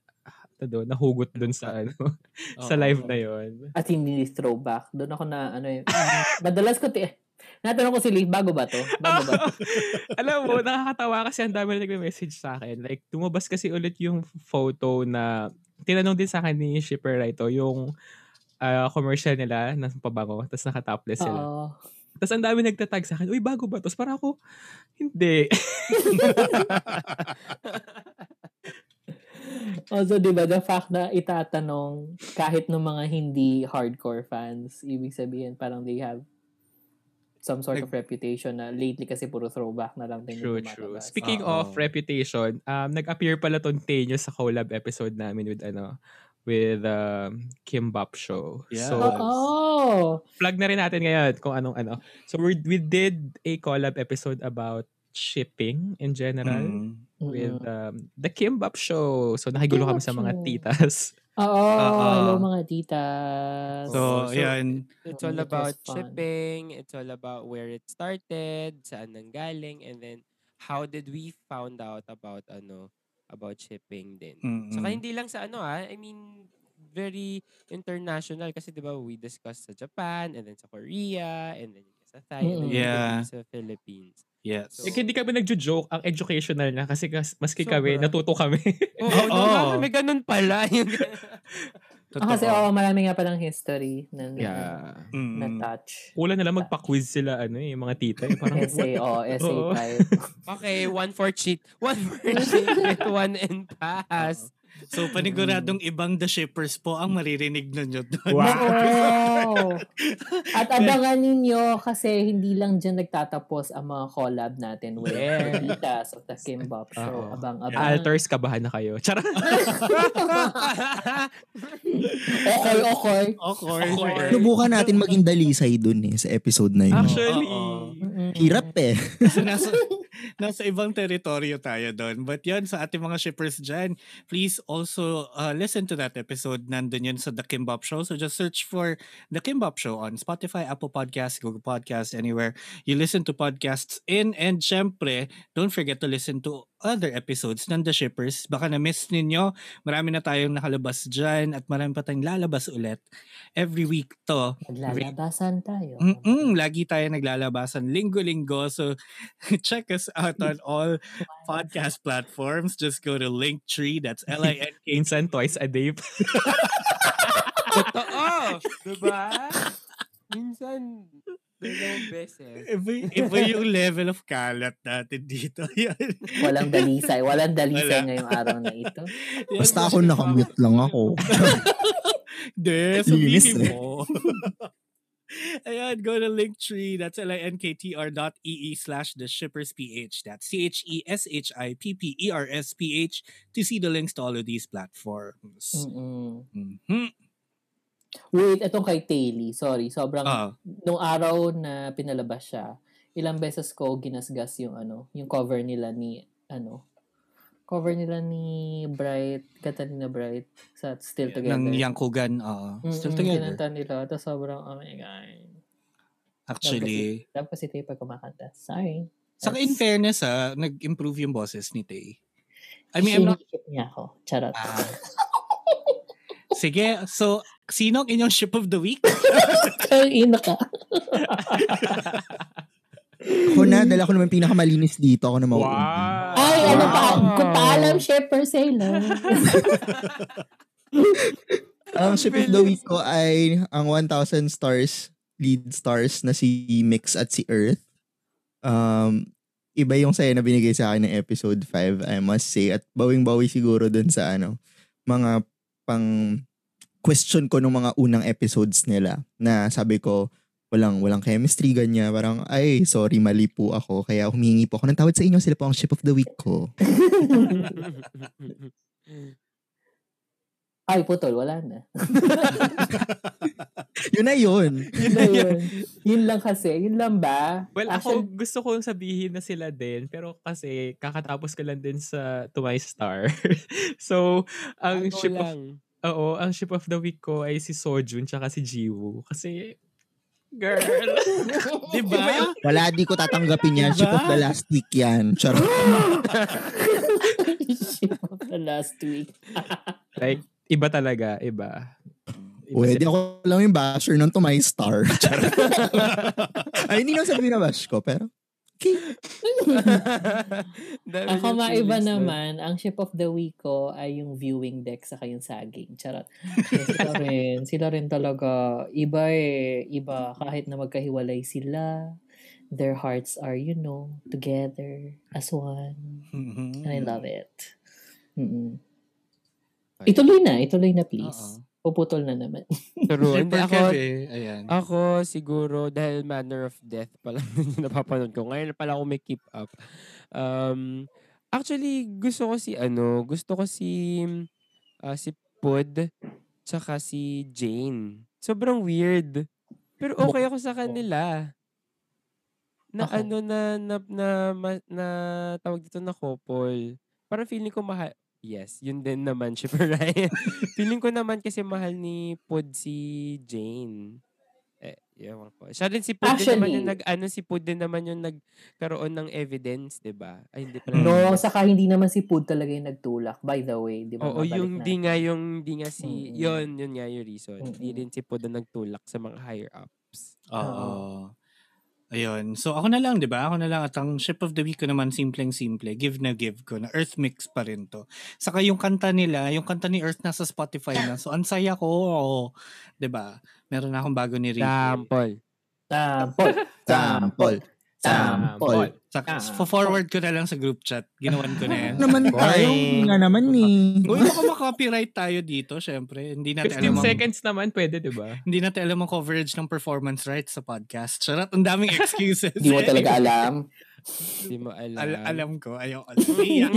na doon, nahugot doon sa ano, sa live na yon. At hindi ni throwback. Doon ako na, ano eh. Madalas ko, ti- natanong ko si Lee, bago ba to? Bago ba to? Alam mo, nakakatawa kasi ang dami na nagme-message sa akin. Like, tumabas kasi ulit yung photo na tinanong din sa akin ni Shipper Rito yung ah, commercial nila ng pabango tapos nakatopless sila. Oo. Tapos ang dami nagtatag sa akin, uy, bago ba? Tapos parang ako, hindi. Also, di ba, the fact na itatanong kahit ng mga hindi hardcore fans, ibig sabihin parang they have some sort Like- of reputation na lately kasi puro throwback na lang din True, yung true. lumalabas. Speaking Oo. of reputation, um, nag-appear pala tong Tenyo sa collab episode namin with ano, with um, Kim Bop Show. Yeah. So, Oo. Oh! plug na rin natin ngayon kung anong ano. So, we, we did a collab episode about shipping in general Mm. with um, the Kim Bop Show. So, nakigulo Kim kami Bop sa mga Show. titas. Oo, Oo. hello mga titas. So, So- yan. It's Oh, all it is about fun. shipping. It's all about where it started, saan nang galing, and then how did we found out about ano about shipping din. Saka Mm-mm. hindi lang sa ano ah, I mean very international kasi 'di ba we discussed sa Japan and then sa Korea and then sa Mm-mm. Thailand Yeah. and sa Philippines. Yes. So- Eh, hindi kami nagjo-joke. Ang educational na kasi kas- maski Sobra. kami, natuto kami. Oo, Oo. no, nga, oh, may ganun pala. Yung Ah, kasi oo, marami nga palang history na, na- yeah. Mm. na touch. Kulang na lang magpa-quiz sila, ano eh, mga tita. Eh. Parang, Essay, oh, what? essay Oo. type. okay, one for cheat. One for cheat with one and pass. So, paniguradong ibang The Shippers po ang maririnig ninyo doon. Wow. At abangan ninyo kasi hindi lang dyan nagtatapos ang mga collab natin with Yeah. the Titas of the Kimbop Show. Oo. Abang-abang. Alters, kabahan na kayo. Charot. Okay, okay. Of course. Of course. Subukan natin maging dalisay dun eh sa episode na yun. Actually, Oo. Mm-mm. Hirap eh. So, nasa, nasa ibang teritoryo tayo doon. But yun, sa ating mga shippers dyan, please also uh, listen to that episode. Nandun yun sa The Kimbop Show. So just search for The Kimbop Show on Spotify, Apple Podcasts, Google Podcasts, anywhere you listen to podcasts in. And syempre, don't forget to listen to other episodes ng The Shippers. Baka na-miss ninyo. Marami na tayong nakalabas dyan at marami pa tayong lalabas ulit every week to. Maglalabasan tayo. Mm-mm, lagi tayo naglalabasan linggo-linggo. So, check us out on all podcast platforms. Just go to Linktree. That's L-I-N. Insan twice a day. Totoo! Diba? Minsan, dalawang beses. Iba, iba yung level of kalat natin dito. Yan. Walang dalisay. Walang dalisay Wala. ngayong araw na ito. Yan, Basta ako nakamute lang ako. De, Linis sabihin eh. mo. Ayan, go to Linktree. That's L-I-N-K-T-R dot E-E slash The Shippers PH. That's E C-H-E-S-H-I-P-P-E-R-S P-H to see the links to all of these platforms. Mm-mm. Mm. Mhm. Wait, etong kay Taylee. Sorry, sobrang... Ah, nung araw na pinalabas siya, ilang beses ko ginasgas yung ano, yung cover nila ni ano, cover nila ni Bright, Catalina Bright sa Still Together. ng Yangkugan. ah still Mm-mm, together. kinanta nila. Tapos sobrang, oh my God. Actually. Love kasi tayo pag kumakanta. Sorry. Saka in fairness, ah, nag-improve yung boses ni Tay. I I mean, I'm not... niya ako. Charot. Ah. sige, so, sino ang inyong ship of the week? Ang ina ka. Ako na, dala ko naman pinakamalinis dito. Ako na mauuna. wow. Ay, ano pa? Wow. Kung paalam, shipper sailor. Ang ship of the week ko ay ang 1,000 stars, lead stars na si Mix at si Earth. Um, iba yung saya na binigay sa akin ng episode 5, I must say. At bawing-bawi siguro dun sa ano, mga pang question ko nung mga unang episodes nila na sabi ko, walang walang chemistry ganyan parang ay sorry mali po ako kaya humingi po ako ng tawad sa inyo sila po ang ship of the week ko Ay, putol. Wala na. yun na yun Yun na yun. Yun lang kasi. Yun lang ba? Well, Actually, ako gusto kong sabihin na sila din, pero kasi kakatapos ko lang din sa To My Star. so, ang Ano ship of, lang. oo, ang ship of the week ko ay si Sojun tsaka si Jiwoo. Kasi, girl, Di ba? Wala, di ko tatanggapin yan. Ship of the last week yan. Charot. Ship of the last week. like, iba talaga, iba. Iba Pwede sila. ako lang yung basher ng to my star. Charot. Ay, hindi naman sabi na bash ko, pero okay. Dami Ako niyang maiba feelings nun. naman, ang ship of the week ko ay yung viewing deck sa kayong saging. Charot. sila rin, sila rin talaga. Iba eh. Iba. Kahit na magkahiwalay sila, their hearts are, you know, Mm. Mm-hmm. together as one. And I love it. Mm-mm. Okay. Ituloy na, ituloy na Oo. please. Puputol na naman. True. Siyempre, Hindi, ako, Ah, Kev eh. Ayan. ako siguro dahil Manner of Death pala yung napapanood ko. Ngayon pala ako may keep up. Um, actually, gusto ko si ano, gusto ko si ah, si Pod tsaka si Jane. Sobrang weird. Pero okay ako sa kanila. Na Ako. ano na na, na, ma- na tawag dito na couple. Parang feeling ko mahal Yes, yun din naman si Ryan. feeling ko naman kasi mahal ni Pod si Jane. Eh, ewan ko. Siya rin si Pod din naman yung Actually- nag, ano, si Pod din naman yung nagkaroon ng evidence, di ba? Ay, hindi pala. No, saka hindi naman si Pud talaga yung nagtulak. By the way, di ba? Oo, babalik yung na. di nga, yung di nga si, Mm-mm. yun, yun nga yung reason. Hindi Mm-mm. rin si Pod na nagtulak sa mga higher ups. Oo. Oo. Ayun. So ako na lang, di ba? Ako na lang at ang ship of the week ko naman simpleng-simple. Give na give ko na. Earth mix pa rin to. Saka yung kanta nila, yung kanta ni Earth nasa Spotify na. So ang saya ko. Di ba? Meron na akong bago ni Ricky. Sample. Tampol. Tampol. Tampol. Tampol. Saka Ah. forward ko na lang sa group chat. Ginawan ko na yan. Naman tayo. Boring. Nga naman eh. ni. Uy, baka ma-copyright tayo dito, syempre. Hindi natin alam ang, 15 seconds naman pwede, di ba? hindi natin alam ang coverage ng performance rights sa podcast. Charot, ang daming excuses. Hindi mo talaga alam. Hindi mo alam. Al- alam ko, ayoko. Iyak.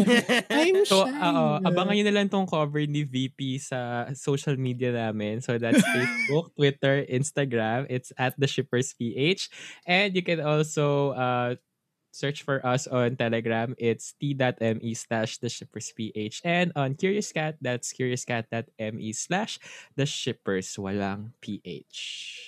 I'm So, oo, abangan nyo na lang tong cover ni VP sa social media namin. So, that's Facebook, Twitter, Instagram. It's at The Shippers PH. And you can also uh, search for us on Telegram. It's t.me slash The Shippers PH. And on Curious Cat, that's curiouscat.me slash The Shippers walang PH.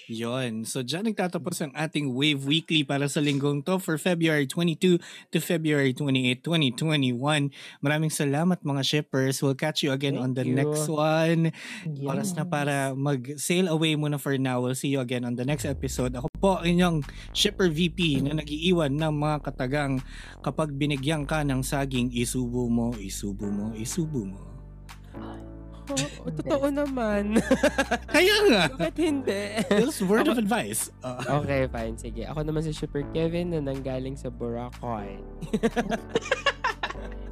Yon. So dyan nagtatapos ang ating Wave Weekly para sa linggong to for February 22 to February 28, 2021. Maraming salamat mga shippers. We'll catch you again on Thank the you. next one. Yes. Oras na para mag-sail away muna for now. We'll see you again on the next episode. Ako po ang inyong shipper VP na nagiiwan ng mga katagang kapag binigyan ka ng saging, isubo mo, isubo mo, isubo mo. Oo, totoo naman. Kaya nga! Bakit hindi? Just word of advice. Ah. okay, fine. Sige. Ako naman si Super Kevin na nanggaling sa Boracay.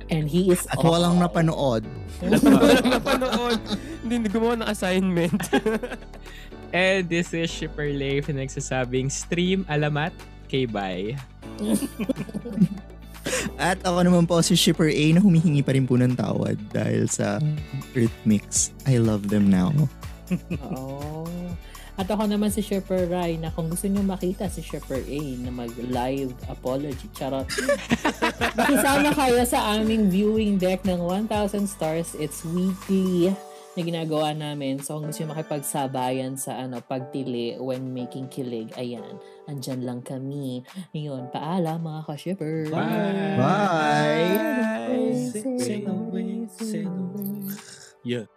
And he is At walang napanood. Walang napanood. Hindi, hindi gumawa ng assignment. And this is Shipper Leif na nagsasabing stream alamat kay bye. At ako naman po si Shipper A na humihingi pa rin po ng tawad dahil sa Earth Mix. I love them now. Oo. At ako naman si Shipper Rai na kung gusto niyo makita si Shipper A na mag-live apology, charot. Makisama kayo sa aming viewing deck ng 1,000 stars. It's weekly na ginagawa namin. So kung gusto niyo makipagsabayan sa ano, pagtili when making kilig, ayan, andyan lang kami. Ngayon, paalam mga ka-shipper. Bye! Bye. Sail away, sail away. Yeah.